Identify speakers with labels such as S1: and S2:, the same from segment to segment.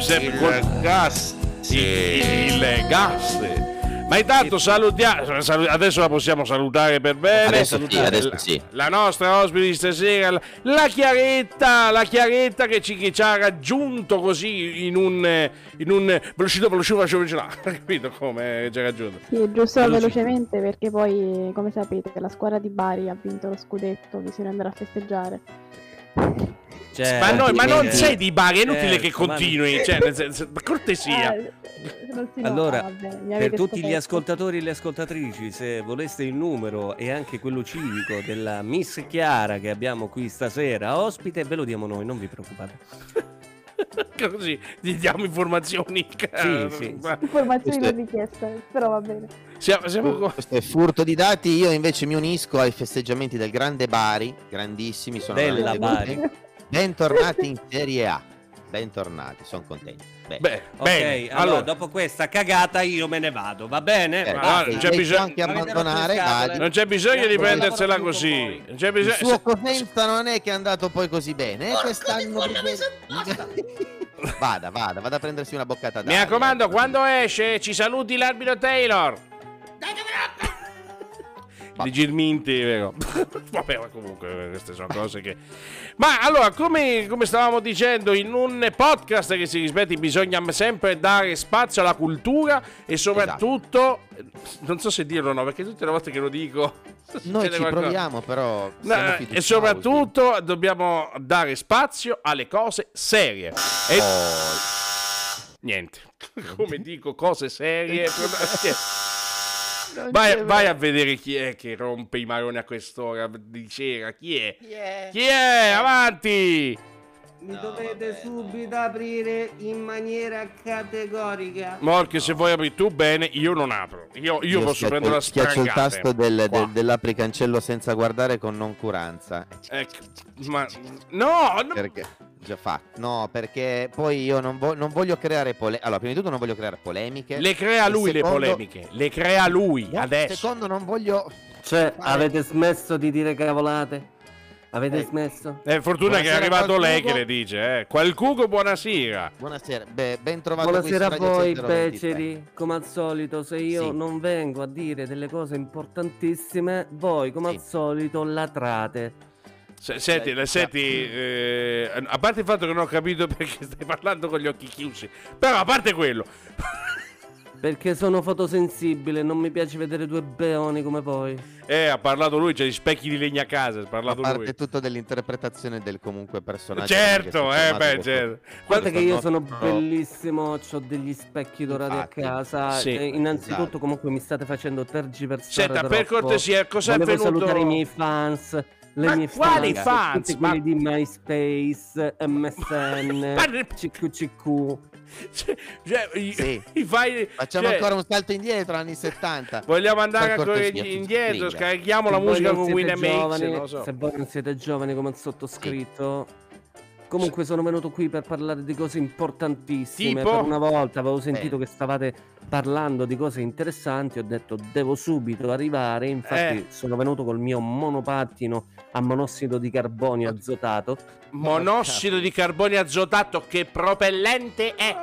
S1: sempre
S2: Il
S1: col-
S2: gas.
S1: il, il gas. Ma intanto salutiamo, salu- adesso la possiamo salutare per bene.
S3: Adesso sì, adesso
S1: La-
S3: sì.
S1: La nostra ospite di stasera, la- la Chiaretta, la Chiaretta che ci, che ci ha raggiunto così in un... eh, in un eh, velocità, velocità, velocità, capito come ci ha raggiunto?
S4: Sì, giusto
S1: Velocissimo.
S4: velocemente perché poi, come sapete, la squadra di Bari ha vinto lo scudetto, bisogna andare a festeggiare.
S3: Eh,
S5: Cioè,
S1: ma, noi- ma non
S5: perché-
S1: sei di Bari, è inutile
S5: certo,
S1: che continui,
S5: ma-
S1: cioè, nel senso, per cortesia.
S4: Eh, non si nota,
S5: Allora,
S4: vabbè, mi
S5: per
S4: avete
S5: tutti gli
S4: scoperto.
S5: ascoltatori e le ascoltatrici, se voleste il numero e anche quello civico della Miss Chiara che abbiamo qui stasera ospite, ve lo diamo noi, non vi preoccupate.
S1: Così gli diamo informazioni.
S5: Sì, sì,
S1: Ma-
S3: Questo
S4: Informazioni non richieste, però va bene.
S1: Siamo, siamo co-
S3: Questo è furto di dati. Io invece mi unisco ai festeggiamenti del Grande Bari, grandissimi. Sono
S5: Della
S3: veramente
S5: Bari.
S3: contento. Bentornati in Serie A. Bentornati, sono contento. Beh,
S1: Beh,
S5: Ok,
S1: bene,
S5: allora, dopo questa cagata io me ne vado, va bene?
S3: eh,
S1: ma
S5: Basta.
S1: non
S3: basta,
S1: c'è
S3: lei
S1: bisogno-
S3: può anche
S5: Ma avete
S3: abbandonare
S5: rotto le scatole?
S3: Bari.
S1: non c'è bisogno di
S5: Abbiamo
S1: prendersela
S5: lavorato con
S1: così.
S5: voi.
S1: Non c'è
S3: Il
S1: bisogno.
S3: suo Cosenza non è che è andato poi così bene. eh, quest'anno vada, vada, vada a prendersi una boccata
S1: Mi
S3: d'aria.
S1: raccomando, quando esce ci saluti l'arbitro Taylor. Leggermente, vero? Vabbè, ma comunque eh, queste sono cose che... Ma allora, come, come stavamo dicendo, in un podcast che si rispetti bisogna sempre dare spazio alla cultura e soprattutto... Non so se dirlo o no, perché tutte le volte che lo dico...
S3: Esatto. Noi
S1: succede
S3: ci
S1: qualcosa.
S3: proviamo, però.
S1: No, eh,
S3: siamo
S1: e
S3: fiduciosi.
S1: soprattutto dobbiamo dare spazio alle cose serie. E niente, come dico, cose serie. Cioè,
S4: Eh, Non c'è
S1: vai, vai
S4: vero.
S1: a vedere chi è che rompe i maroni a quest'ora di sera. Chi è? Chi è? Avanti!
S6: Mi
S3: No,
S6: dovete
S3: vabbè,
S6: subito aprire in maniera categorica.
S1: Morchio, se vuoi apri tu bene, io non apro. Io, io posso
S3: schiaccio-
S1: prendere la
S3: Schiaccio il
S1: sprangata.
S3: tasto del,
S1: Qua.
S3: del- dell'apri cancello senza guardare con noncuranza. Eh,
S1: Ecco, ma... No, no,
S3: Perché già fatto. No, perché poi io non, vo- non voglio creare polemiche. Allora, prima di tutto non voglio creare polemiche.
S1: le crea
S3: Il
S1: lui le
S3: secondo-
S1: polemiche. Le crea lui,
S3: No,
S1: adesso.
S3: Secondo non voglio
S6: Cioè,
S3: Vai.
S6: avete smesso di dire cavolate? Avete
S3: Eh.
S6: smesso?
S1: È fortuna che è
S3: Buonasera,
S1: arrivato lei che le
S3: qualcuno.
S1: dice, eh. Qual cuco, buonasera.
S3: Buonasera, beh, ben trovato qui su
S6: Buonasera a
S3: Radio
S6: voi,
S3: 123.
S6: beceri. Come al solito, se io
S3: Sì.
S6: non vengo a dire delle cose importantissime, voi, come
S3: Sì.
S6: al solito, latrate.
S1: Se- Senti,
S3: Dai,
S1: senti eh, a parte il fatto che non ho capito perché stai parlando con gli occhi chiusi, però a parte quello,
S6: Perché sono fotosensibile, non mi piace vedere due beoni come voi.
S1: eh, ha parlato lui, c'è gli specchi di legna a casa, ha
S3: A
S1: parlato
S3: parte
S1: lui.
S3: tutto dell'interpretazione del comunque personaggio.
S1: Certo, eh,
S3: perché tutto
S1: beh,
S3: sommato
S1: certo.
S6: Guarda
S1: Quando-
S6: che io
S3: Questo
S6: sono
S3: nostro-
S6: bellissimo, ho degli specchi dorati
S3: Infatti.
S6: a casa.
S1: Sì.
S6: Eh, innanzitutto,
S3: Esatto.
S6: comunque, mi state facendo tergiversare.
S1: Senta, per
S6: troppo.
S1: cortesia, cosa è
S6: Volevo
S1: avvenuto?
S6: salutare i miei fans. Le
S1: Ma
S6: mie
S1: quali
S6: fan,
S1: fans?
S6: Tutti
S1: Ma-
S6: quelli di MySpace,
S1: Ma-
S6: MSN, CQCQ.
S1: Cioè, cioè, i-
S3: Sì.
S1: i file-
S3: Facciamo
S1: cioè,
S3: ancora un salto indietro anni 70.
S1: Vogliamo andare
S3: Per
S1: ancora
S3: cortesia, si
S1: indietro,
S3: stringa.
S1: scarichiamo
S6: Se
S1: la
S6: voi
S1: musica
S6: non
S1: con
S6: siete
S1: Winamax,
S6: giovani-
S1: non lo so.
S6: Se voi non siete giovani come il sottoscritto. Comunque sono venuto qui per parlare di cose importantissime.
S1: Tipo?
S6: Per una volta avevo sentito che stavate parlando di cose interessanti. Ho detto devo subito arrivare. Infatti,
S1: Eh.
S6: sono venuto col mio monopattino a monossido di carbonio azotato.
S1: Monossido di carbonio azotato che propellente è?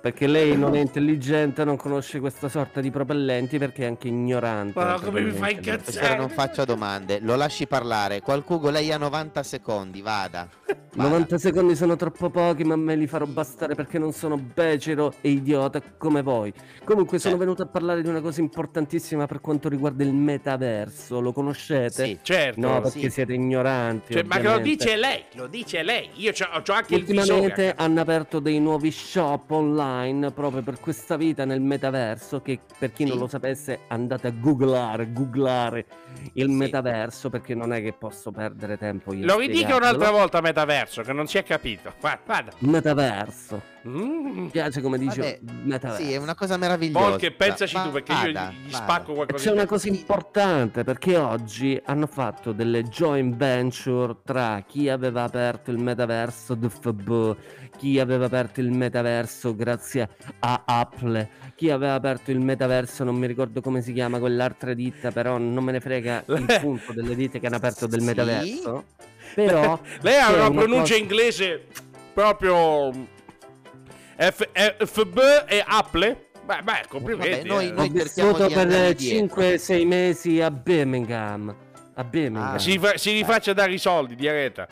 S6: Perché lei non è intelligente, non conosce questa sorta di propellenti perché è anche ignorante.
S1: Ma come mi fa
S6: probabilmente.
S3: Stasera
S1: incazzare?
S3: non faccio domande, lo lasci parlare. Qualcuno lei ha 90 secondi, vada. Vada.
S6: 90 secondi sono troppo pochi, ma me li farò bastare perché non sono becero e idiota come voi. Comunque sono
S3: Eh.
S6: venuto a parlare di una cosa importantissima per quanto riguarda il metaverso. Lo conoscete?
S3: Sì.
S1: Certo.
S6: No,
S3: sì.
S6: perché siete ignoranti.
S1: Cioè, ma che lo
S6: ovviamente.
S1: dice lei, lo dice lei. Io c'ho, c'ho anche il visore.
S6: Ultimamente hanno aperto dei nuovi shop online proprio per questa vita nel metaverso che per chi non
S3: Sì.
S6: lo sapesse andate a googlare, googlare il
S3: Sì.
S6: metaverso perché non è che posso perdere tempo io. a
S1: Lo ridica
S6: spiegarvelo.
S1: un'altra volta metaverso, che non si è capito. Guarda, guarda.
S6: Metaverso.
S1: Mm.
S6: Mi piace come dice
S3: Vabbè,
S6: metaverso.
S3: Sì, è una cosa meravigliosa.
S1: Perché pensaci
S3: Va-
S1: tu, perché io
S3: vada,
S1: gli
S3: vada.
S1: spacco qualcosa.
S6: C'è
S1: di-
S6: una cosa importante perché oggi hanno fatto delle joint venture tra chi aveva aperto il metaverso DFB, chi aveva aperto il metaverso grazie a Apple, chi aveva aperto il metaverso, non mi ricordo come si chiama quell'altra ditta, però non me ne frega il punto delle ditte che hanno aperto del
S3: Sì.
S6: metaverso. Però
S1: Lei ha
S6: c'è
S1: una
S6: una
S1: pronuncia
S6: cosa-
S1: inglese proprio. F- eh, FB e Apple? Beh, beh, complimenti.
S3: Vabbè,
S1: eh.
S3: noi
S6: Ho
S3: cerchiamo
S6: vissuto
S3: di
S6: per
S3: andare
S6: 5-6 mesi a Birmingham. A Birmingham.
S3: Ah,
S1: Si, fa- si rifaccia dare i soldi di Areta.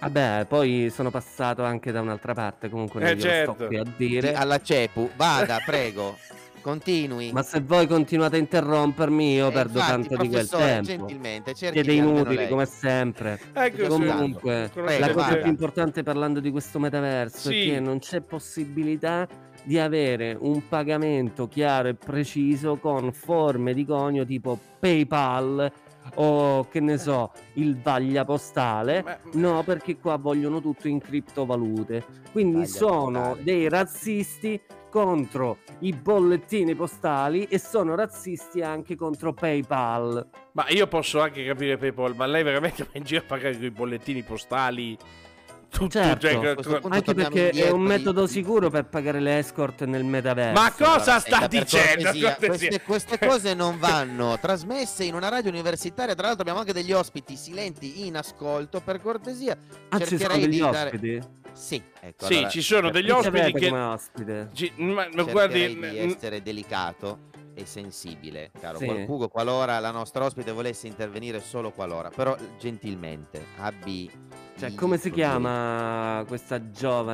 S6: Vabbè, Ah poi sono passato anche da un'altra parte, comunque non
S1: Eh,
S6: glielo
S1: certo.
S6: sto qui a
S3: Sì,
S6: dire.
S3: alla Cepu, vada, prego, continui.
S6: Ma se voi continuate a interrompermi, io
S3: Eh,
S6: perdo
S3: infatti,
S6: tanto di quel
S3: professore,
S6: tempo.
S3: Gentilmente, cerchi
S6: Siete
S3: di almeno
S6: inutili,
S3: lei.
S6: come sempre.
S1: Ecco,
S6: Comunque,
S1: conoscete-
S3: Prego,
S6: La cosa
S3: vai.
S6: più importante parlando di questo metaverso
S1: Sì.
S6: è che non c'è possibilità di avere un pagamento chiaro e preciso con forme di conio tipo PayPal o che ne so, il vaglia postale.
S1: Ma-
S6: No, perché qua vogliono tutto in criptovalute. Quindi
S3: Vaglia
S6: sono
S3: postale.
S6: dei razzisti contro i bollettini postali e sono razzisti anche contro PayPal.
S1: Ma io posso anche capire PayPal, ma lei veramente va in giro a pagare con i bollettini postali? Tutto,
S6: Certo.
S1: cioè,
S3: A questo
S1: co-
S3: punto
S6: Anche
S3: torniamo
S6: perché è
S3: indietro
S6: un
S3: di-
S6: metodo
S3: di-
S6: sicuro per pagare le escort nel metaverso.
S1: Ma cosa
S3: Senta,
S1: sta
S3: Eh, per
S1: dicendo?
S3: cortesia,
S1: Cortesia.
S3: Queste, queste cose non vanno trasmesse in una radio universitaria. Tra l'altro, abbiamo anche degli ospiti silenti in ascolto. Per cortesia,
S6: Ah, ci sono
S3: cercherei
S6: degli
S3: di dare-
S6: ospiti?
S3: sì, ecco,
S1: Sì,
S3: allora,
S1: ci sono degli
S6: Chi avete
S1: ospiti che...
S6: come ospite?
S1: ci- ma- ma
S3: cercherei
S1: guardi,
S3: di
S1: n-
S3: essere delicato e sensibile, caro
S6: Sì.
S3: Qualcuno, qualora la nostra ospite volesse intervenire solo qualora, però gentilmente abbi.
S6: Cioè,
S3: i
S6: come si
S3: suggerimenti.
S6: chiama questa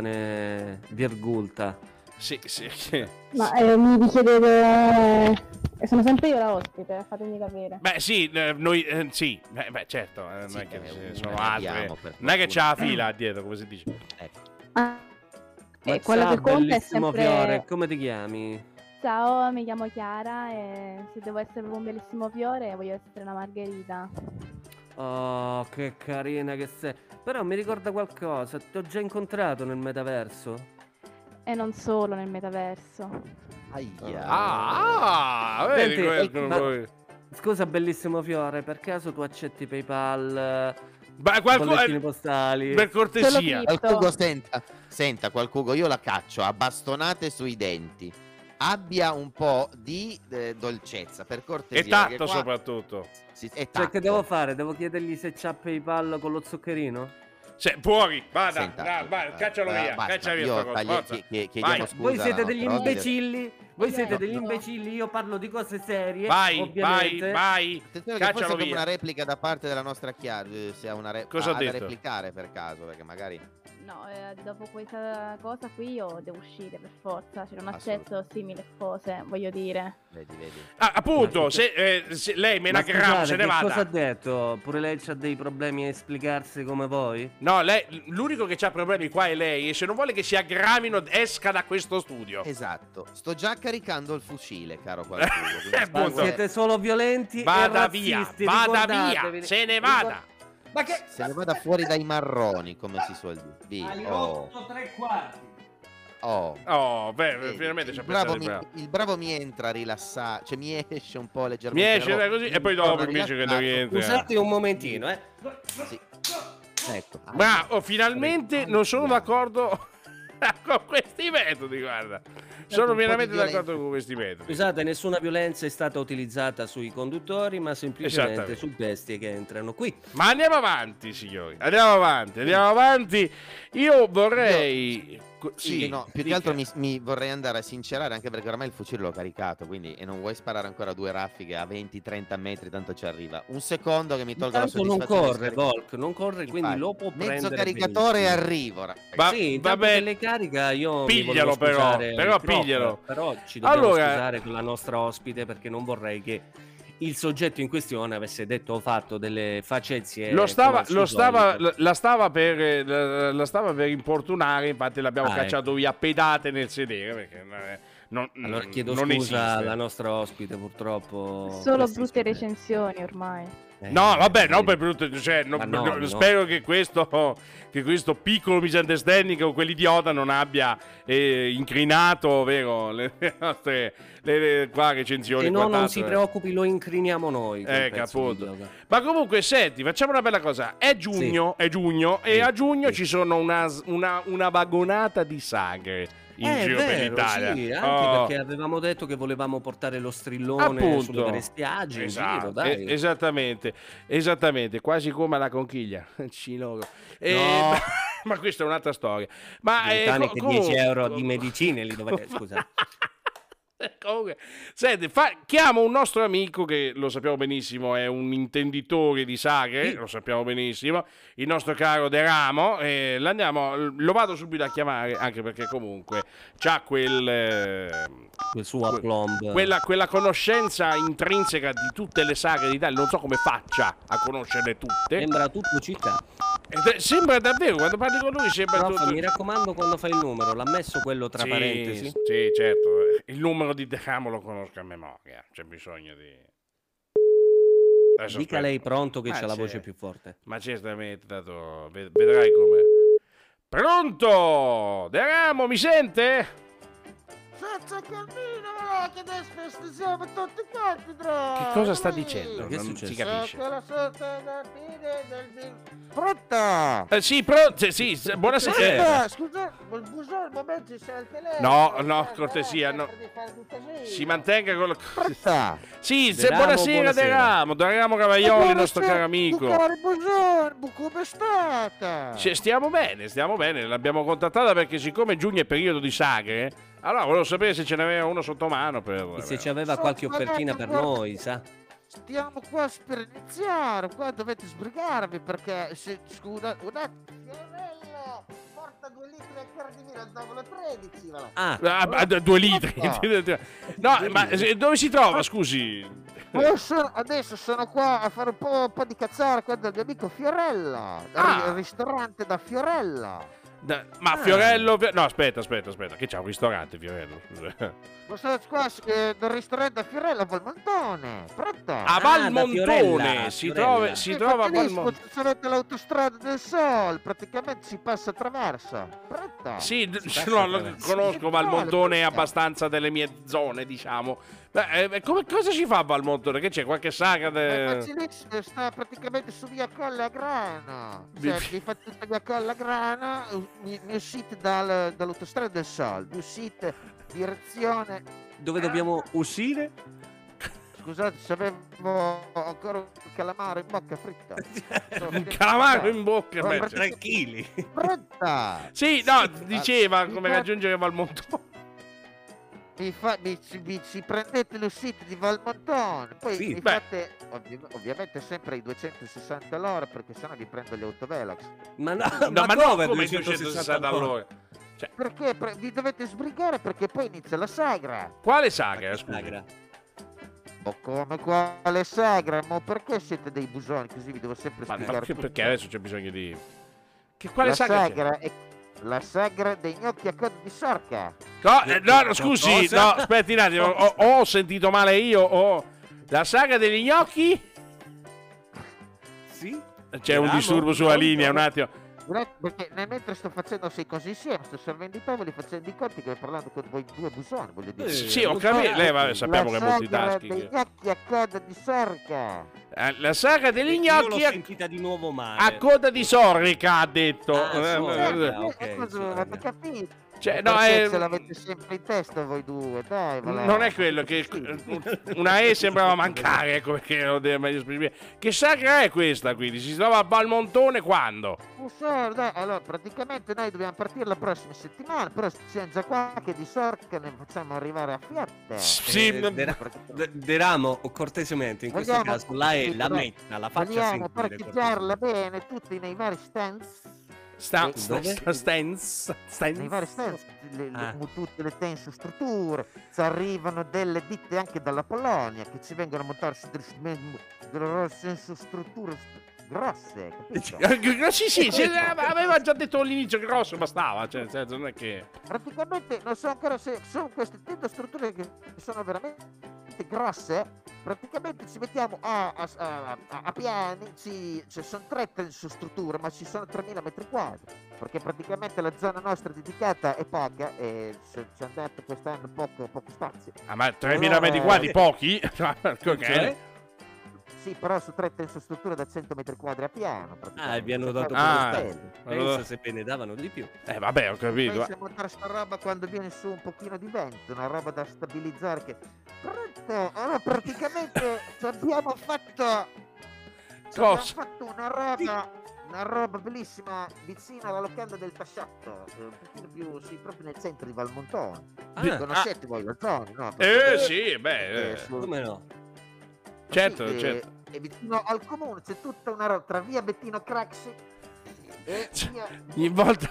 S6: giovane virgulta?
S4: Eh,
S1: sì, sì, sì.
S4: Ma eh, mi richiedete... eh, Sono sempre io la ospite, eh, fatemi capire.
S1: Beh, sì, eh, noi... eh, sì, beh, beh, certo, eh, non
S3: Sì,
S1: è che
S3: beh,
S1: ce ne
S3: una
S1: sono
S3: ne
S1: altre.
S3: abbiamo, per
S1: Non è che c'è
S3: fortuna.
S1: la fila dietro, come si dice.
S3: Ecco.
S4: Ah, eh,
S6: Ma
S4: quello
S6: sa,
S4: che conta è
S6: bellissimo
S4: sempre...
S6: fiore, come ti chiami?
S4: Ciao, mi chiamo Chiara e se devo essere un bellissimo fiore voglio essere una margherita.
S6: Oh, che carina che sei. Però mi ricorda qualcosa, ti ho già incontrato nel metaverso?
S4: E non solo nel metaverso.
S3: Eh, Aia.
S1: Ah, ah, vedi quel-
S6: Senti, eh, ma- Scusa, bellissimo fiore, per caso tu accetti PayPal,
S1: Ma qualcuno...
S6: bollettini postali?
S1: Per cortesia.
S4: Solo
S3: Qualcuno senta, senta qualcuno, io la caccio a bastonate sui denti. Abbia un po' di eh, dolcezza, per cortesia.
S1: E tatto
S3: perché qua
S1: soprattutto.
S3: si- e
S6: Cioè,
S3: tatto.
S6: che devo fare? Devo chiedergli se c'ha PayPal con lo zuccherino?
S1: Cioè, fuori, vada,
S3: Senta,
S1: dai, vai,
S3: eh,
S1: caccialo
S3: eh,
S1: via,
S3: basta,
S1: caccia via
S3: io
S1: sta cosa,
S3: tagli-
S1: forza.
S3: chie- chie- chiediamo
S1: Vai.
S3: scusa
S6: Voi
S3: alla
S6: siete degli
S3: nostra ospite.
S6: imbecilli, voi
S4: Io
S6: siete
S4: ero.
S6: degli imbecilli, io parlo di cose serie,
S1: Vai, vai,
S6: ovviamente.
S1: vai.
S3: Attenzione che
S1: Caccialo
S3: forse è come
S1: via.
S3: una replica da parte della nostra Chiara, eh, se ha una re-
S1: Cosa
S3: ha
S1: ha
S3: da
S1: detto?
S3: replicare per caso, perché magari
S4: No, eh, dopo questa cosa qui io devo uscire per forza, cioè non
S3: Assolutamente.
S4: accetto simili cose, voglio dire.
S3: vedi, vedi.
S1: Ah, appunto,
S6: Ma-
S1: se, eh, se lei me
S6: Ma
S1: la grava,
S6: scusate,
S1: se ne
S6: che cosa ha
S1: vada.
S6: detto? Pure lei ha dei problemi a esplicarsi come voi?
S1: No, lei, l'unico che ha problemi qua è lei e se non vuole che si aggravino esca da questo studio.
S3: Esatto, sto già caricando il fucile, caro qualcuno. quindi
S1: Eh,
S6: Ma
S1: Appunto.
S6: siete solo violenti
S1: Vada
S6: e
S1: via,
S6: razzisti,
S1: vada
S6: ricordatevi.
S1: via, se ne vada.
S6: Ma che...
S3: Se ne vada fuori dai marroni, come si suol dire. Via, Oh,
S6: tre quarti.
S3: oh.
S1: Oh, beh,
S3: Vedi,
S1: finalmente ci ha
S3: il bravo,
S1: pensato il
S3: mi,
S1: bravo.
S3: il bravo mi entra rilassato, cioè mi esce un po'
S1: Mi
S3: leggermente.
S1: esce da
S3: nervoso,
S1: così e poi
S3: torna
S1: dopo invece che non
S3: rilassato.
S1: rientra.
S7: Scusate un momentino, eh.
S3: Sì. Ecco.
S1: Ma oh, finalmente non sono
S3: Aia.
S1: d'accordo con questi metodi, guarda.
S3: un po'
S1: Sono
S3: di
S1: pienamente d'accordo
S3: violenza.
S1: con questi metodi.
S7: Scusate, nessuna violenza è stata utilizzata sui conduttori, ma semplicemente
S1: Esattamente.
S7: su bestie che entrano qui.
S1: Ma andiamo avanti, signori. Andiamo avanti, andiamo avanti. Io vorrei. co-
S3: Sì, no, più che
S1: dica.
S3: altro mi, mi vorrei andare a sincerare anche perché ormai il fucile l'ho caricato, quindi e non vuoi sparare ancora due raffiche a 20-30 metri, tanto ci arriva. Un secondo che mi tolga la
S7: Intanto non
S3: soddisfazione.
S7: corre,
S3: di scaricare.
S7: Volk, non corre, quindi
S3: Infatti,
S7: lo può
S3: Mezzo
S7: prendere.
S3: caricatore e
S7: benissimo.
S3: arrivo. ragazzi.
S1: Va-
S7: sì, intanto
S1: vabbè.
S7: che le carica io mi
S1: Piglialo,
S7: volevo
S1: però,
S7: scusare
S1: però
S7: il prof,
S1: piglialo.
S7: però ci dobbiamo
S1: Allora-
S7: scusare con la nostra ospite perché non vorrei che il soggetto in questione avesse detto o fatto delle facezie
S1: Lo stava,
S7: come al
S1: lo
S7: suo
S1: stava,
S7: solito.
S1: la- la, stava per, eh, la, la stava per importunare, infatti l'abbiamo
S7: Ah,
S1: cacciato via a pedate nel sedere. Perché non, è- non-
S7: allora chiedo
S1: mm, non
S7: scusa
S1: esiste.
S7: alla nostra ospite purtroppo
S4: Solo
S7: questi
S4: brutte
S7: soggetti-
S4: recensioni ormai.
S7: Eh,
S1: No, vabbè, no,
S7: sì.
S1: per brutto, cioè, no,
S7: Ma no,
S1: no,
S7: no.
S1: spero che questo, che questo piccolo misunderstanding o quell'idiota non abbia eh, incrinato, vero, le nostre le, le- qua recensioni.
S7: Se
S1: e
S7: no, non
S1: quant'altro,
S7: si
S1: eh.
S7: preoccupi, lo incriniamo noi. quel
S1: Eh,
S7: pezzo
S1: appunto.
S7: di yoga.
S1: Ma comunque, senti, facciamo una bella cosa. È giugno, è giugno, e
S7: Sì,
S1: a giugno
S7: sì.
S1: ci sono una, una, una vagonata di sagre in
S7: Eh, è
S1: giro per
S7: vero,
S1: l'Italia.
S7: sì, anche
S1: Oh,
S7: perché avevamo detto che volevamo portare lo strillone
S1: appunto.
S7: sulle varie spiagge
S1: Esatto,
S7: in giro, dai.
S1: eh, esattamente, esattamente, quasi come la conchiglia. Ci logo. Eh,
S7: No.
S1: ma questa è un'altra storia. Ma eh,
S6: Lontani
S1: co-
S6: che 10
S1: comunque-
S6: euro di medicine li dovete... Scusa.
S1: Eh, Comunque, senti, fa- chiamo un nostro amico che lo sappiamo benissimo, è un intenditore di sagre, lo sappiamo benissimo, il nostro caro De Ramo, e l'andiamo- lo vado subito a chiamare, anche perché comunque c'ha quel... eh,
S6: Quel suo aplomb.
S1: quella, quella conoscenza intrinseca di tutte le sagre d'Italia, non so come faccia a conoscerle tutte.
S6: Sembra tutto città.
S1: Ed è- Sembra davvero, quando parli con lui sembra
S6: Prof,
S1: tutto...
S6: mi raccomando quando fai il numero, l'ha messo quello tra
S1: Sì,
S6: parentesi.
S1: Sì, certo. Il numero di De Ramo lo conosco a memoria. C'è bisogno di. Adesso
S6: Dica
S1: aspetta.
S6: lei pronto che
S1: Ma
S6: c'ha la
S1: c'è.
S6: voce più forte.
S1: Ma certamente, tanto ved- vedrai come. Pronto! De Ramo, mi sente?
S8: Senza cammino, ma che adesso festeggiamo tutti quanti, tra!
S1: Che cosa sta dicendo?
S6: Che è
S1: non
S6: successo?
S1: si capisce.
S8: la sotto da fine del film.
S3: Pronto?
S1: Eh, sì, pronto. Sì, s- buonasera.
S8: Scusa, scusa, ma il buso al momento c'è il telefono.
S1: No, no,
S8: eh,
S1: cortesia,
S8: eh,
S1: no.
S8: per fare tutto
S3: Eh.
S8: così.
S1: Si mantenga con.
S3: Pronto?
S1: Sì,
S6: De
S1: se-
S6: Ramo,
S1: buonasera, De
S6: buonasera.
S1: Ramo. De Ramo
S8: Ma
S1: Cavaglioli, il nostro
S8: buonasera,
S1: caro amico.
S8: Caro buongiorno, come state?
S1: Cioè, stiamo bene, stiamo bene. L'abbiamo contattata perché, siccome giugno è periodo di sagre, allora volevo sapere se ce n'aveva uno sotto mano. Per...
S6: E se c'aveva qualche offertina per noi, sa?
S8: Stiamo qua per iniziare, qua dovete sbrigarvi perché se scusa, un attimo. Fiorello, porta due litri al cardinale al tavolo 13, va là.
S6: Ah,
S1: Ah, ma d- due litri.
S8: Ah.
S1: no, ma se- dove si
S6: Ah.
S1: trova? Scusi. Ah.
S8: Io sono- adesso sono qua a fare un po', un po' di cazzare qua dal mio amico Fiorella, al
S1: Ah.
S8: ristorante da Fiorella.
S1: Da-
S6: ah.
S1: ma Fiorello. Fi- No, aspetta, aspetta, aspetta. Che c'è un ristorante, Fiorello? Scusa.
S6: Ah,
S8: Lo so qua eh, dal ristorante da Fiorella a Valmontone, pronto?
S1: A
S6: Ah, da
S1: Valmontone
S6: Fiorella,
S1: si,
S6: Fiorella.
S1: trova,
S8: Eh,
S1: si trova a Valmontone.
S8: Sono dell'autostrada del Sol, praticamente si passa attraverso, pronto?
S1: Sì, d-
S6: passa
S1: no, lo
S6: attraverso.
S1: conosco
S8: Sì,
S1: Valmontone è
S8: no,
S1: abbastanza delle mie zone, diciamo. Beh, eh, come, cosa ci fa a Valmontone? Che c'è qualche saga?
S8: È
S1: De...
S8: facilissimo, sta praticamente su via Colla Grana.
S1: Vi-
S8: Cioè, vi fate tutta via Colla Grana, mi, mi uscite dal- dall'autostrada del Sol, mi uscite direzione...
S6: dove dobbiamo uscire?
S8: Scusate se avevo ancora un calamaro in bocca fritta.
S1: Un calamaro in bocca.
S8: Ma
S1: beh,
S8: perché-
S1: certo.
S6: Tranquilli.
S8: Pronta!
S1: Sì, no, diceva
S6: Ah.
S1: come
S8: Sì,
S1: raggiungere Valmontone.
S8: Mi, fa, mi, ci- mi ci prendete lo sito di Valmontone, poi
S6: Sì,
S8: mi
S1: beh.
S8: fate ovvi- ovviamente sempre i 260 all'ora perché sennò vi prendo gli autovelox.
S6: Ma no,
S1: No, ma
S6: ma
S1: no,
S6: dove
S1: come
S6: 260
S1: 260 all'ora. Cioè,
S8: Perché pre- vi dovete sbrigare perché poi inizia la sagra.
S1: quale
S6: Ma che
S1: saga? Scusa.
S6: sagra.
S8: Ma come quale sagra? Ma perché siete dei busoni così vi devo sempre
S1: Ma, ma
S8: spiegare?
S1: perché,
S8: tutto.
S1: perché adesso c'è bisogno di... Che quale
S8: la
S1: saga? c'è?
S8: sagra è la sagra dei gnocchi a coda di sorca.
S1: Co- eh, no, no,
S6: Cosa?
S1: scusi, no, aspetti un attimo, ho, ho sentito male io, ho... La saga degli gnocchi?
S6: Sì?
S1: C'è un
S6: Bravo,
S1: disturbo sulla
S6: pronto?
S1: linea, un attimo.
S8: Gra- Perché nel- mentre sto facendo sei cose insieme, sto servendo i tavoli facendo i conti che parlando con voi due busoni, voglio dire.
S6: Eh,
S1: Sì, ho capito, lei vabbè, sappiamo che è
S8: la sagra dei
S1: multitasking.
S8: gnocchi a coda di sorca.
S1: Eh, La saga degli
S6: Io l'ho
S1: gnocchi a,
S6: sentita di nuovo male.
S1: a coda di sorrica, ha detto.
S6: Ah,
S1: Eh,
S6: sorrica.
S1: eh,
S6: ok,
S8: Eh, cosa
S6: sorry.
S8: avete capito?
S1: Cioè, no,
S8: Perché
S1: è-
S8: ce l'avete sempre in testa voi due, dai. va là.
S1: Non è quello che eh, una E sembrava mancare, ecco perché non deve mai esprimere. Che sagra è questa quindi? Si trova a Valmontone quando?
S8: Un solo, dai, Allora, praticamente noi dobbiamo partire la prossima settimana, però siamo già qua che di sorca ne facciamo arrivare a fiatta.
S1: Sì,
S6: Eh,
S1: m-
S6: De, De- De Ramo, o cortesemente, in questo
S8: Vogliamo-
S6: caso, la, è, la
S8: Vogliamo-
S6: metta, la faccia
S8: Vogliamo
S6: sentire.
S8: parcheggiarla bene tutti nei vari stands.
S6: eh.
S1: sta, sta,
S6: Dove?
S1: sta- stens,
S8: Nei vari
S1: stens.
S8: stands, le- le-
S6: Ah.
S8: mu- tutte le tenso strutture, ci arrivano delle ditte anche dalla Polonia che ci vengono a montarsi delle senso strutture st- grosse, capito?
S1: Sì, sì, sì, aveva già detto all'inizio grosso, bastava, cioè, nel senso, non è che...
S8: praticamente non so ancora se sono queste tinte strutture che sono veramente grosse praticamente ci mettiamo a, a, a- a- a piani ci, cioè sono tre su strutture ma ci sono 3000 metri quadri perché praticamente la zona nostra dedicata è poca e ci ci hanno dato quest'anno poco, poco spazio
S1: Ah, ma 3.000 metri quadri, pochi? Ok.
S6: eh. Cioè?
S8: sì però su tre su strutture da 100 metri quadri a piano praticamente.
S6: vi hanno dato
S1: Ah.
S8: Sono proprio
S6: Pensa se ve ne davano di più.
S1: Eh, vabbè, ho capito.
S8: Pensa a montare sta roba quando viene su un pochino di vento, una roba da stabilizzare che... Pronto? Allora praticamente ci abbiamo fatto... ci abbiamo
S1: Cosa?
S8: fatto una roba una roba bellissima vicino alla locanda del Tasciatto, eh, un pochino più, sì, proprio nel centro di Valmontone.
S6: Ah,
S8: Conoscete voi Valmontone, no?
S1: Eh sì, beh,
S8: Eh,
S1: eh,
S8: su-
S6: come no?
S1: certo,
S8: sì, eh,
S1: certo.
S8: E vicino al comune c'è tutta una roba tra via Bettino Craxi e
S1: Cioè,
S8: via...
S1: ogni volta-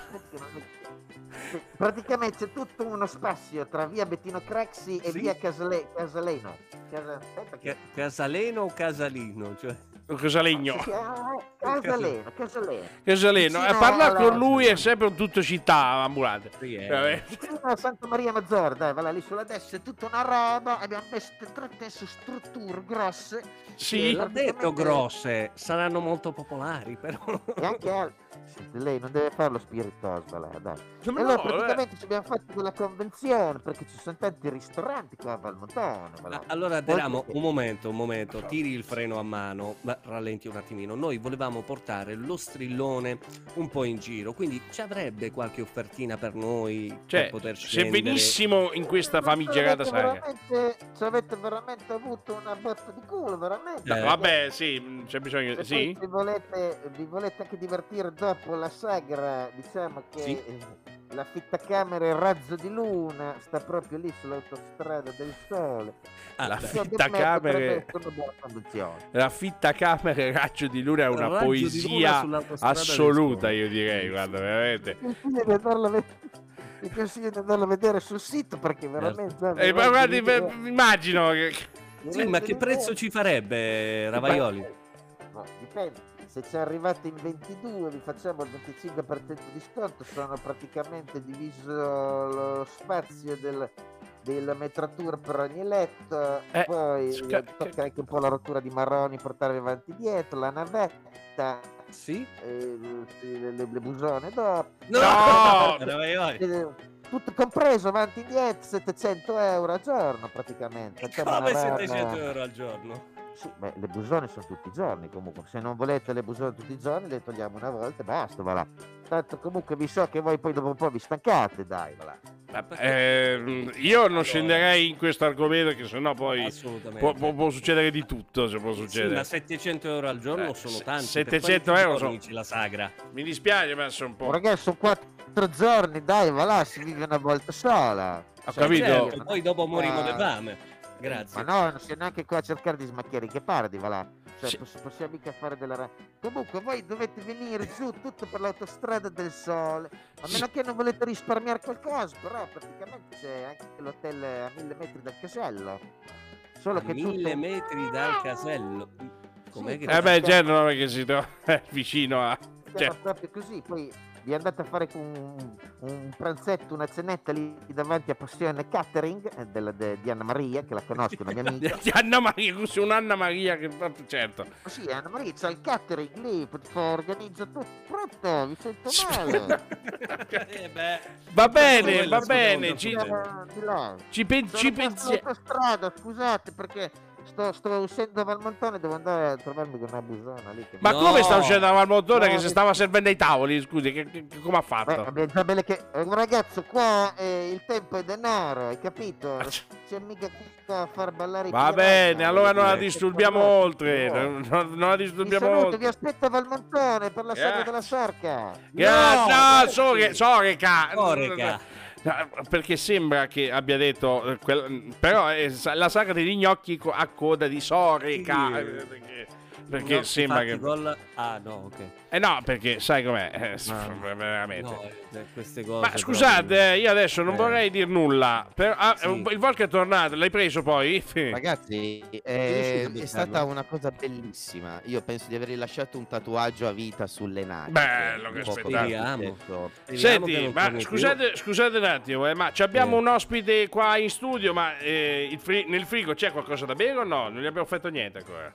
S8: Praticamente c'è tutto uno spazio tra via Bettino Craxi e
S6: Sì.
S8: via Casale... Casaleno. Casa... aspetta che-
S6: Ca- Casaleno o Casalino? Cioè,
S1: Casalegno.
S8: Sì, sì, ah, Casaleno, Casaleno.
S1: Casaleno,
S8: Vicino
S1: eh, parlare
S8: alla-
S1: con lui è sempre un tutto città ambulante.
S6: sì, eh.
S1: Vabbè.
S8: Vicino a Santa Maria Maggiore, dai, va là, lì sulla destra, è tutta una roba, abbiamo messo tre adesso strutture grosse
S1: Sì,
S6: Eh, L'ha detto grosse, saranno molto popolari però.
S8: e anche al- Senti, lei non deve fare lo spiritoso, va là, dai.
S1: Ma
S8: allora
S1: no, vabbè.
S8: praticamente ci abbiamo fatto della convenzione perché ci sono tanti ristoranti qua a Valmontone. va là.
S6: Ah, Allora, Deramo,
S8: Guarda che-
S6: un momento, un momento, tiri il freno a mano, ma rallenti un attimino. Noi volevamo portare lo strillone un po' in giro, quindi ci avrebbe qualche offertina per noi
S1: Cioè,
S6: per poter
S1: se
S6: scendere.
S1: venissimo in questa famigerata
S8: Ci
S1: saga.
S8: avete veramente- Ci avete veramente avuto una botta di culo, veramente.
S1: No,
S6: Eh.
S1: vabbè, sì, mh, c'è bisogno.
S8: Se
S1: sì?
S8: poi vi volete, vi volete anche divertire dopo la sagra, diciamo che
S6: Sì.
S8: eh, la fittacamera e il razzo di luna sta proprio lì sull'autostrada del sole.
S6: Ah,
S1: La
S6: beh,
S8: Secondo me
S1: fittacamere,
S8: potrebbe essere una buona conduzione.
S1: la fittacamere e Raggio di Luna è una
S6: raggio di luna
S1: poesia
S6: sull'autostrada del
S1: assoluta,
S6: sole.
S1: io direi, guarda, veramente.
S8: Vi consiglio di andarla a ve- vi consiglio di andarla a vedere sul sito perché veramente...
S1: Eh, ma guardi, beh, immagino che...
S6: Sì, ma che prezzo ci farebbe Ravaioli?
S8: No, dipende. Se ci arrivate in 22 vi facciamo il 25% di sconto, sono praticamente diviso lo spazio del, della metratura per ogni letto,
S1: Eh,
S8: poi
S1: sca-
S8: eh, tocca anche un po' la rottura di marroni portarvi avanti e dietro, la navetta,
S6: Sì?
S8: eh, le, le- le busone dopo,
S1: No!
S6: Ravaioli.
S8: eh, tutto compreso avanti e indietro, 700 euro al giorno praticamente. Facciamo una
S6: Come
S8: roba-
S6: 700 Ah, euro al giorno?
S8: sì, beh, le busone sono tutti i giorni comunque. Se non volete le busone tutti i giorni, le togliamo una volta e basta, va là. Tanto comunque vi so che voi poi dopo un po' vi stancate, dai, va là.
S1: Ehm, io non scenderei in questo argomento che sennò poi
S6: Assolutamente.
S1: può, può- può succedere di tutto, se può
S6: Sì, ma
S1: succedere.
S6: 700 euro al giorno
S1: Eh,
S6: sono
S1: se-
S6: tanti.
S1: 700 euro sono-
S6: C'è la sagra.
S1: Mi dispiace, ma sono un
S8: Oh,
S1: po'...
S8: ragazzi, sono quattro giorni, dai, va là, si vive una volta sola.
S1: Ho
S8: Sì,
S1: capito.
S8: certo,
S6: Certo,
S8: ma-
S6: poi dopo morimo di
S8: ma-
S6: fame. Grazie.
S8: Ma no, non si è neanche qua a cercare di smacchiare i ghepardi, va là. Cioè,
S1: Sì.
S8: poss- possiamo mica fare della... ra- Comunque, voi dovete venire giù tutto per l'autostrada del sole. A meno che non volete risparmiare qualcosa, però praticamente c'è anche l'hotel a mille metri dal casello. Solo che tutto-
S6: Mille metri dal casello. Com'è
S8: Sì,
S6: che...
S1: Eh beh, Genova perché si trova eh, vicino a...
S8: Siamo
S6: cioè
S8: proprio così, poi vi andate a fare un, un pranzetto, una cenetta lì davanti a Passione Catering eh, della- de- di Anna Maria, che la conosco, una mia amica.
S1: di Anna Maria, su un'Anna Maria che... Certo.
S8: Sì, Anna Maria c'ha il catering lì, pot- organizza tutto. Pronto, mi sento male.
S6: eh beh.
S1: Va bene,
S6: Quello,
S1: va
S6: scusa,
S1: bene,
S6: voglio
S1: ci,
S6: sapere.
S8: Siamo di là.
S1: ci, pen-
S8: Sono
S1: ci
S8: passato
S1: pensiamo.
S8: l'autostrada, scusate perché sto, sto uscendo da Valmontone, devo andare a trovarmi con una busona lì. Che...
S1: Ma
S6: No.
S1: come sta uscendo dal montone
S8: No,
S1: che si
S8: mi-
S1: stava servendo ai tavoli? Scusi, che, che- che- come ha
S8: Beh,
S1: fatto?
S8: abbiamo già belle che... eh, Ragazzo, qua eh, il tempo è denaro, hai capito? C'è mica chi sta a far ballare i
S1: Ah, cioè. Va
S8: pirati,
S1: bene, allora non la
S8: perché
S1: disturbiamo
S8: guardate,
S1: oltre.
S8: no.
S1: Non, non- non la
S8: Vi
S1: disturbiamo
S8: saluto, vi
S1: oltre.
S8: aspetto a Valmontone per la sagra
S1: Grazie.
S8: della Sorca.
S1: Grazie, no,
S6: grazie.
S1: Sore- Soreca.
S6: Soreca.
S1: No, Perché sembra che abbia detto, eh, quel- però eh, sa- la saga degli gnocchi co- a coda di Soreca.
S6: Sì.
S1: eh, Perché, perché
S6: No,
S1: sembra
S6: infatti
S1: che.
S6: gol- Ah no, ok.
S1: Eh no, perché sai com'è? eh, veramente.
S6: Ah. No, eh, queste cose.
S1: Ma
S6: proprio-
S1: scusate, eh, io adesso non
S6: Eh.
S1: vorrei dir nulla. però- ah,
S6: Sì.
S1: un- Il Volk è tornato, l'hai preso poi? Sì.
S3: Ragazzi, eh,
S6: Riesci a
S3: è
S6: beccarlo?
S3: stata una cosa bellissima. Io penso di avergli lasciato un tatuaggio a vita sulle nari.
S1: Bello, che
S3: Un po' come
S1: spettacolo.
S6: Speriamo.
S3: detto.
S6: Speriamo che
S1: Senti,
S6: non
S1: ma
S6: torni più.
S1: scusate, scusate un attimo, eh, ma ci abbiamo
S6: Eh.
S1: un ospite qua in studio, ma eh, il fri- nel frigo c'è qualcosa da bere o no? Non gli abbiamo fatto niente ancora.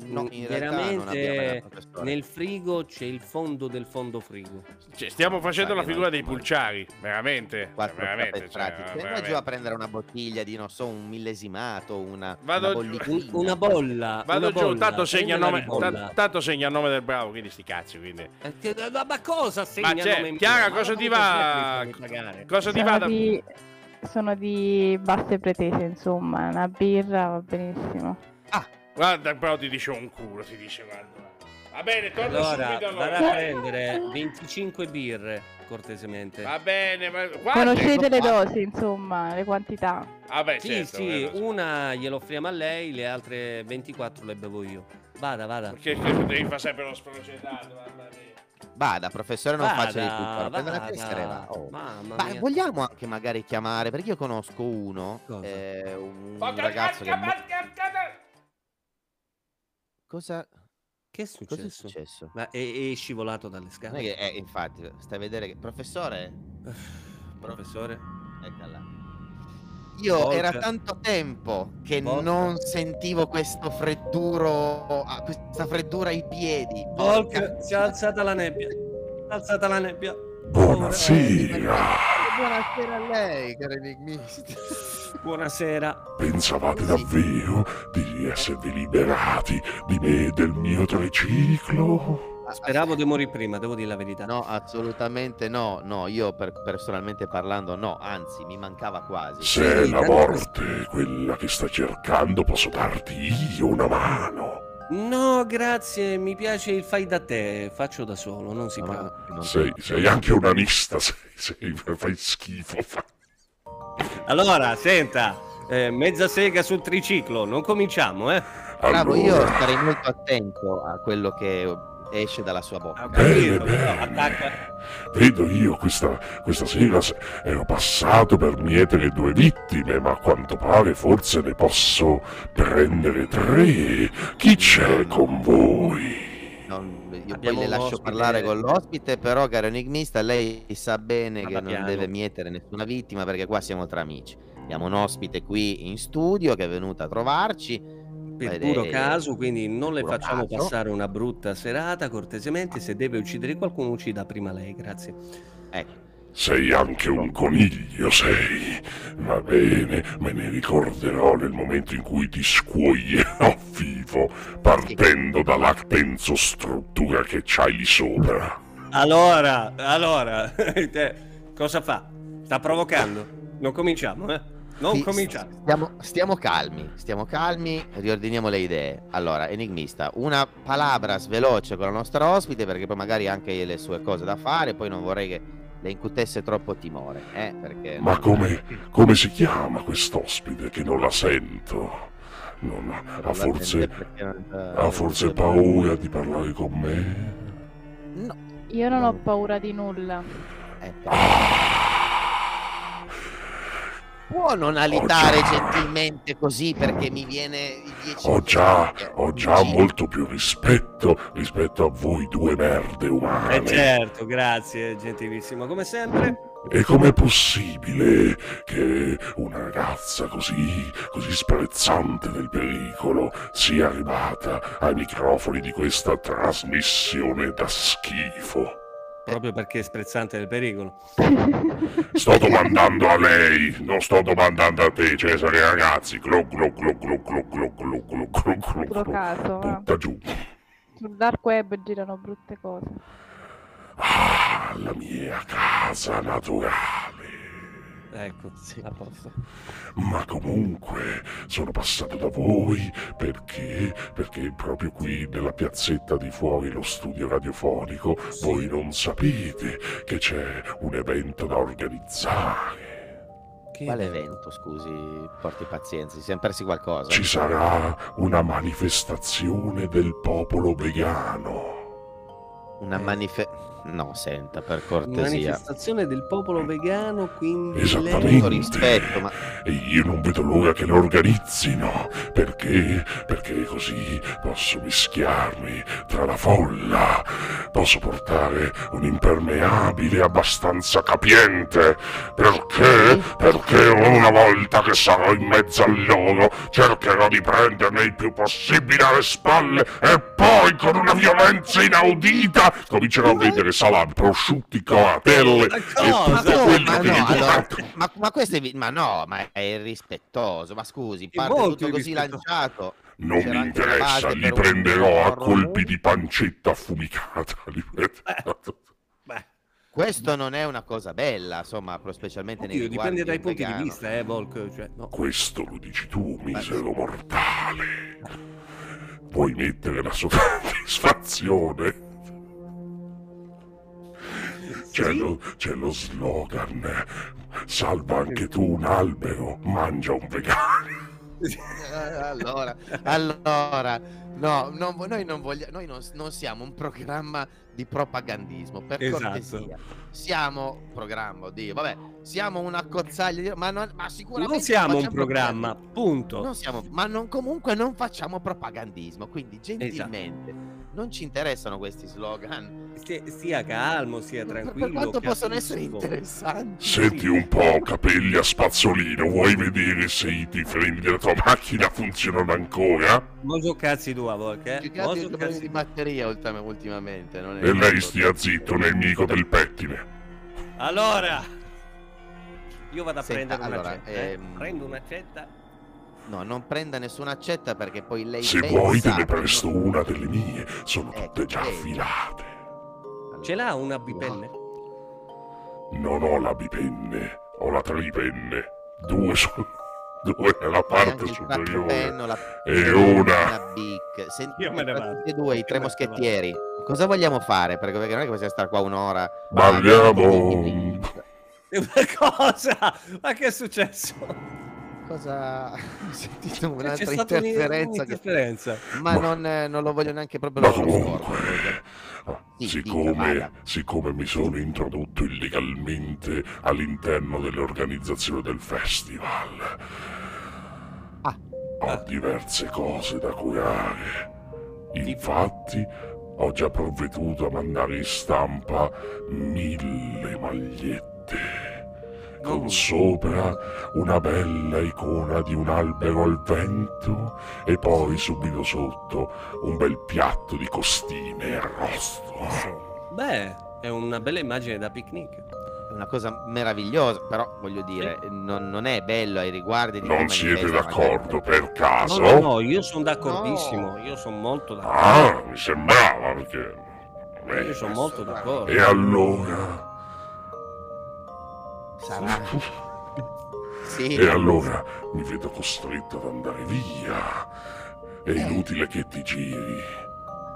S3: No, in realtà non abbiamo
S6: Mm, veramente
S3: dato questa storia.
S6: nel frigo c'è il fondo del fondo frigo.
S1: Cioè, stiamo facendo la
S3: sai,
S1: figura
S3: no,
S1: dei
S3: no.
S1: pulciari, veramente.
S3: quattro
S1: veramente, cioè,
S3: cappettati. Andiamo
S1: veramente.
S3: giù a prendere una bottiglia di, non so, un millesimato, una,
S1: Vado
S3: una
S1: giù.
S6: Un-
S3: bollicina.
S6: una bolla.
S1: Vado
S6: una
S1: giù,
S6: bolla,
S1: tanto segna,
S6: prendila
S1: nome,
S6: di bolla.
S1: ta- tanto segna il nome del bravo, quindi sti cazzi. Quindi.
S6: Eh, ti- Ma ma cosa segna
S1: Ma
S6: il nome
S1: c'è,
S6: mio?
S1: Chiara,
S6: Ma
S1: cosa
S6: non
S1: ti
S6: mi
S1: va?
S6: piace pagare.
S1: Cosa ti
S4: Sono,
S1: va? da-
S4: di, sono di basse pretese, insomma, una birra va benissimo.
S1: Guarda, però ti dice un culo, ti dice guarda. Va bene, torno
S6: Allora,
S1: subito. allora.
S6: vado a prendere 25 birre, cortesemente.
S1: Va bene, ma... quante?
S4: Conoscete le
S3: Guarda.
S4: dosi, insomma, le quantità.
S1: Ah, beh,
S6: Sì,
S1: certo,
S6: sì,
S1: eh, lo so.
S6: una glielo offriamo a lei, le altre 24 le bevo io. Vada, vada.
S1: Perché che- devi fare sempre lo sprocetato, mamma mia.
S3: Vada, professore, non faccia di tutto. Prende la
S6: vada.
S3: tessera e va. Oh.
S6: Mamma
S3: Ma
S6: mia.
S3: vogliamo anche magari chiamare, perché io conosco uno,
S6: Cosa?
S3: eh, un
S1: Porca-
S3: ragazzo che...
S1: porca-
S3: mo-
S1: porca- porca-
S3: Cosa,
S6: Che è
S3: cosa è
S6: successo?
S3: successo?
S6: Ma è, è scivolato dalle
S3: Non è che-
S6: scale.
S3: eh, infatti, stai a vedere che... Professore,
S6: Professore?
S3: eccola là. Io
S6: Volta.
S3: era tanto tempo che
S6: Volta.
S3: non sentivo questo fredduro, ah, questa freddura ai piedi.
S6: Volk,
S3: Porca-
S6: si è alzata la nebbia. Si è alzata la nebbia.
S9: Buonasera,
S3: Buonasera a lei, caro enigmista.
S6: Buonasera.
S9: pensavate davvero di esservi liberati di me e del mio triciclo?
S6: Ah, Speravo di morire prima, devo dire la verità.
S3: No, assolutamente no, no, io per- personalmente parlando no, anzi mi mancava quasi.
S9: Se è la
S3: Intanto-
S9: morte quella che sta cercando, posso darti io una mano.
S6: No, grazie, mi piace il fai da te, faccio da solo, non si
S3: No,
S6: preoccupi.
S3: no, non-
S9: Sei, sei anche un anista, sei, sei- fai schifo. fa-
S6: Allora, senta, eh, mezza sega sul triciclo, non cominciamo, eh?
S3: Bravo, io
S9: Allora,
S3: starei molto attento a quello che esce dalla sua bocca.
S6: Ho
S9: Bene,
S6: capito, però attacca.
S9: bene. Vedo io questa, questa sera s- ero passato per mietere due vittime, ma a quanto pare forse ne posso prendere tre. Chi c'è con voi?
S3: Non- io poi
S6: Ah, Abbiamo
S3: le
S6: un
S3: lascio
S6: ospite-
S3: parlare con l'ospite, però caro enigmista, lei sa bene che
S6: Vada
S3: non
S6: piano.
S3: deve mietere nessuna vittima perché qua siamo tra amici. Abbiamo un ospite qui in studio che è venuto a trovarci.
S6: Per
S3: Ed
S6: puro
S3: è-
S6: caso, quindi non le
S3: puro
S6: facciamo
S3: caso.
S6: passare una brutta serata, cortesemente, se deve uccidere qualcuno uccida prima lei, grazie.
S3: Ecco.
S9: Sei anche un coniglio, sei. Va bene, me ne ricorderò nel momento in cui ti scuoierò vivo, partendo dalla struttura che c'hai lì sopra.
S6: Allora, allora, te, cosa fa? Sta provocando? Non cominciamo, eh? Non
S3: Sì,
S6: cominciamo.
S3: Stiamo, stiamo calmi, stiamo calmi, riordiniamo le idee. Allora, enigmista, una palabra veloce con la nostra ospite perché poi magari ha anche le sue cose da fare, poi non vorrei che le incutesse troppo timore, eh, perché
S9: Ma come, come si chiama quest'ospite che non la sento? Non ha, ha forse, ha forse paura di parlare con me?
S3: No.
S4: Io non ho paura di nulla.
S3: Ecco.
S9: Ah!
S3: Può non alitare
S9: Ho già-
S3: gentilmente così perché mi viene i 10
S9: Ho già,
S3: minuti.
S9: ho già molto più rispetto rispetto a voi due merde
S6: Eh
S9: umane.
S6: certo, grazie, gentilissimo, come sempre.
S9: E com'è possibile che una ragazza così, così sprezzante del pericolo sia arrivata ai microfoni di questa trasmissione da schifo?
S6: Proprio perché è sprezzante del pericolo.
S9: Sto domandando a lei, non sto domandando a te, Cesare, ragazzi. Glu, glu, glu, glu, glu, glu, glu, glu, glu, glu,
S4: Puro
S9: glu.
S4: caso, va.
S9: Butta giù.
S4: Sul dark web girano brutte cose.
S9: Ah, la mia casa naturale.
S6: Ecco, a posto.
S9: Ma comunque sono passato da voi perché, perché proprio qui nella piazzetta di fuori lo studio radiofonico voi non sapete che c'è un evento da organizzare.
S6: Che
S3: Quale evento, scusi, porti pazienza, ci siamo persi qualcosa.
S9: Ci sarà una manifestazione del popolo vegano.
S6: Eh.
S3: Una manife... No, senta, per cortesia.
S6: Manifestazione del popolo vegano, quindi...
S9: Esattamente.
S6: lei-
S3: Tutto rispetto, ma
S9: E io non vedo l'ora che lo organizzino, perché, perché così posso mischiarmi tra la folla, posso portare un impermeabile abbastanza capiente, perché, perché una volta che sarò in mezzo a loro cercherò di prenderne il più possibile alle spalle e poi con una violenza inaudita comincerò a vendere salami, prosciutti, coatelle e
S6: Ma
S9: tutto
S6: come?
S9: quello
S3: Ma
S9: che
S3: no,
S9: gli
S3: allora,
S9: porto.
S3: ma, ma questo è... vi- Ma no, ma è irrispettoso, ma scusi,
S6: È
S3: parte
S6: molto
S3: tutto così
S6: irrispettoso.
S3: lanciato.
S9: Non
S3: C'era
S9: mi
S3: anche la
S9: interessa,
S3: base
S9: li
S3: per un
S9: prenderò a
S3: porro.
S9: colpi di pancetta affumicata. li prenderò.
S6: Beh,
S3: Questo non è una cosa bella, insomma, pro- specialmente nei
S6: oddio,
S3: riguardi
S6: dipende
S3: di
S6: dai
S3: un
S6: punti
S3: vegano.
S6: di vista, eh, Volk. Cioè, no.
S9: Questo
S3: Eh,
S9: lo dici tu, misero mortale. Vuoi mettere la sua soddisfazione. C'è, lo, c'è lo slogan, salva anche tu un albero, mangia un vegano.
S3: Eh, allora, allora, no, non vo- noi, non, voglia- noi non, non siamo un programma di propagandismo, per
S6: Esatto.
S3: cortesia. Siamo un programma, oddio, vabbè, siamo una cozzaglia, di- ma, non- ma sicuramente...
S6: Non siamo un
S3: facciamo
S6: programma,
S3: propaganda.
S6: punto.
S3: Non siamo, ma non- comunque non facciamo propagandismo, quindi gentilmente
S6: Esatto.
S3: non ci interessano questi slogan.
S6: Stia, stia calmo, sia
S3: Per-
S6: tranquillo.
S3: per quanto possono essere
S6: capisco.
S3: interessanti.
S9: Senti
S3: sì.
S9: un po', capelli a spazzolino, vuoi vedere se i freni della tua macchina funzionano ancora?
S6: Moso cazzi tua volta,
S3: Più
S6: eh?
S3: che altro i
S6: Moso
S3: problemi
S6: cazzi.
S3: di batteria ultim- ultimamente. Non è
S9: E lei stia zitto, nemico del pettine.
S6: Allora, io vado a
S3: Senta,
S6: prendere una
S3: allora,
S6: cetta. eh.
S3: ehm,
S6: Prendo una cetta.
S3: No, non prenda nessuna accetta perché poi lei...
S9: Se
S3: pensa-
S9: vuoi te ne presto una delle mie, sono tutte
S3: Ecco,
S9: già
S3: vedi.
S9: affilate.
S6: Ce l'ha una bipenne?
S9: Non ho la bipenne, ho la tripenne. Due sono... due nella
S3: Poi
S9: parte
S3: anche il
S9: superiore.
S3: cappello, la
S9: E una...
S3: la bic. Senti,
S6: Io me ne vado.
S3: tutti e due i tre
S6: Io me ne
S3: moschettieri. Cosa vogliamo fare? Perché, perché non è che possiamo stare qua un'ora.
S9: Balliamo...
S6: E Una cosa! Ma che è successo?
S3: Cosa? Ho sentito
S6: C'è
S3: un'altra
S6: stata un'in-
S3: interferenza. che-
S6: un'interferenza.
S3: Ma
S9: Ma-
S3: non, eh, non lo voglio neanche proprio
S9: Ma
S3: lo
S9: comunque, ah,
S3: scordo. Sì, dica, vada.
S9: siccome, siccome mi sono introdotto illegalmente all'interno dell'organizzazione del festival,
S3: Ah.
S9: ho diverse cose da curare. Infatti, ho già provveduto a mandare in stampa mille magliette. Con sopra una bella icona di un albero al vento e poi subito sotto un bel piatto di costine e arrosto.
S6: Beh, è una bella immagine da picnic.
S3: È una cosa meravigliosa, però voglio dire, non, non è bello ai riguardi di come
S9: Non siete
S3: manifesta, magari.
S9: d'accordo per
S6: No,
S9: caso?
S6: no, no, io sono d'accordissimo. Io sono molto d'accordo.
S9: Ah, mi sembrava perché...
S6: io
S9: Beh,
S6: sono molto d'accordo.
S9: E allora...
S3: Sarà. sì.
S9: E allora mi vedo costretto ad andare via. È inutile che ti giri.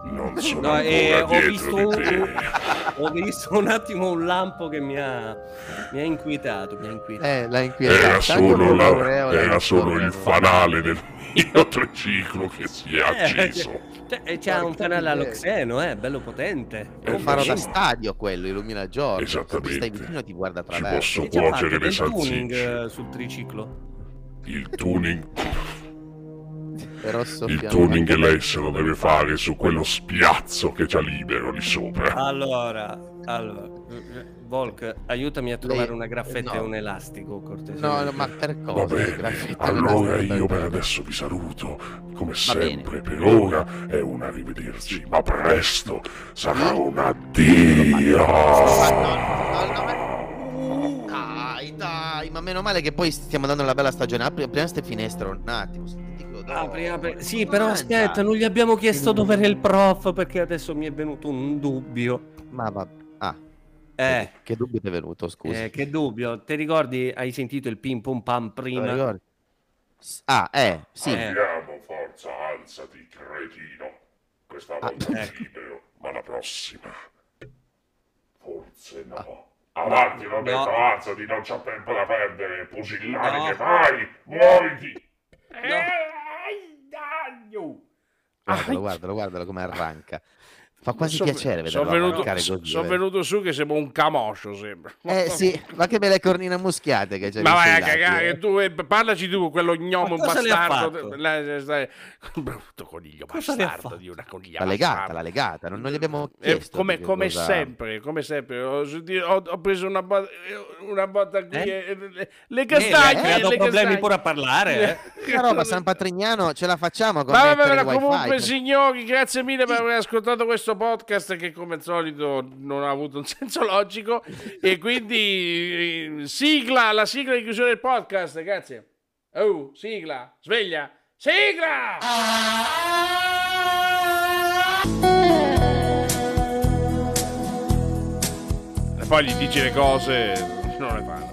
S9: Non sono
S6: Eh. No, eh,
S9: ancora
S6: ho
S9: dietro
S6: visto
S9: di te.
S6: un- Ho visto un attimo un lampo che mi ha, mi ha inquietato. Mi ha inquietato.
S3: Eh, la inquietante.
S6: esatto,
S9: Era solo, la-
S3: eh,
S9: era solo il
S3: fatto
S9: fanale del mio triciclo che si è
S6: Eh,
S9: acceso.
S6: Cioè, eh, c'ha un
S3: Porca
S6: canale allo
S3: miseria.
S6: xeno, eh, bello potente.
S9: Eh,
S3: Un faro da
S9: sì.
S3: stadio quello, illumina il giorno. Se tu stai
S9: Esattamente.
S3: vicino ti guarda
S9: Ci
S3: attraverso.
S9: posso
S6: E già
S9: cuocere
S6: fatto
S9: le
S6: Diciamo del tuning
S9: salsicce.
S6: eh, sul triciclo.
S9: Il tuning,
S3: È rosso
S9: il
S3: fiamma.
S9: tuning lei se lo deve fare su quello spiazzo che c'ha libero lì sopra.
S6: Allora, allora, eh, Volk, aiutami a trovare
S3: Lei-
S6: una graffetta
S3: no.
S6: e un elastico, cortesemente.
S3: No, no, ma per cosa?
S9: Vabbè,
S3: Graffetta non
S9: allora
S3: è stato
S9: io per
S3: bello.
S9: adesso vi saluto. Come
S3: bene.
S9: sempre, per ora è un arrivederci, ma presto sarà un
S3: Ma
S9: addio.
S3: no, no, no, ma- Dai, dai, ma meno male che poi stiamo dando la bella stagione. Apri, apriamo queste finestre un attimo. senti che odore.
S6: Apri, apri. Sì, però
S3: Mangia.
S6: aspetta, non gli abbiamo chiesto dove era il prof perché adesso mi è venuto un dubbio.
S3: Ma va... Ah,
S6: Eh,
S3: che dubbio ti è venuto, scusa.
S6: eh, che dubbio. Ti ricordi, hai sentito il pim pum pam
S3: Te lo
S6: prima?
S3: ricordi? Ah, eh, sì.
S6: Eh.
S9: Andiamo, forza, alzati, cretino. Questa
S3: Ah,
S9: volta
S6: ecco.
S9: libero, ma la prossima. Forse no.
S6: Ah.
S9: Avanti, l'ho detto, alzati, non c'ho tempo da perdere. Pusillani
S6: No.
S9: che vai, muoviti.
S3: Guardalo, guardalo, guardalo come arranca. Fa quasi
S1: Sono-
S3: piacere
S1: sono
S3: vederlo
S1: venuto,
S3: arrancare così.
S1: sono
S3: eh.
S1: venuto su che sembra un camoscio, sembra.
S3: Eh sì, ma che belle cornine muschiate che c'è.
S1: Ma vai a cagare, tu, eh, parlaci tu con quello gnomo
S6: Ma cosa le ha
S1: bastardo.
S6: fatto?
S1: La- la- la- Brutto coniglio
S6: Cosa le ha
S1: bastardo
S6: fatto?
S1: di una coniglia
S3: La legata,
S1: bastarda.
S3: la legata, non, non gli abbiamo
S1: Eh,
S3: chiesto.
S1: come,
S3: che
S1: come
S3: cosa-
S1: sempre, come sempre, ho, ho- ho preso una, bo- una botta qui.
S6: Eh?
S1: e- e- le- le
S6: Eh, le
S1: castagne,
S6: ha creato
S1: le
S6: problemi
S1: castagne.
S6: pure a parlare. eh.
S3: Questa roba San Patrignano ce la facciamo con
S1: Ma, ma,
S3: ma,
S1: ma,
S3: il wifi. cioè.
S1: comunque, signori, grazie mille per aver ascoltato questo podcast che, come al solito, non ha avuto un senso logico. e quindi, eh, sigla, la sigla di chiusura del podcast. Grazie. Oh, sigla, sveglia, sigla. E poi gli dici le cose, non le fanno.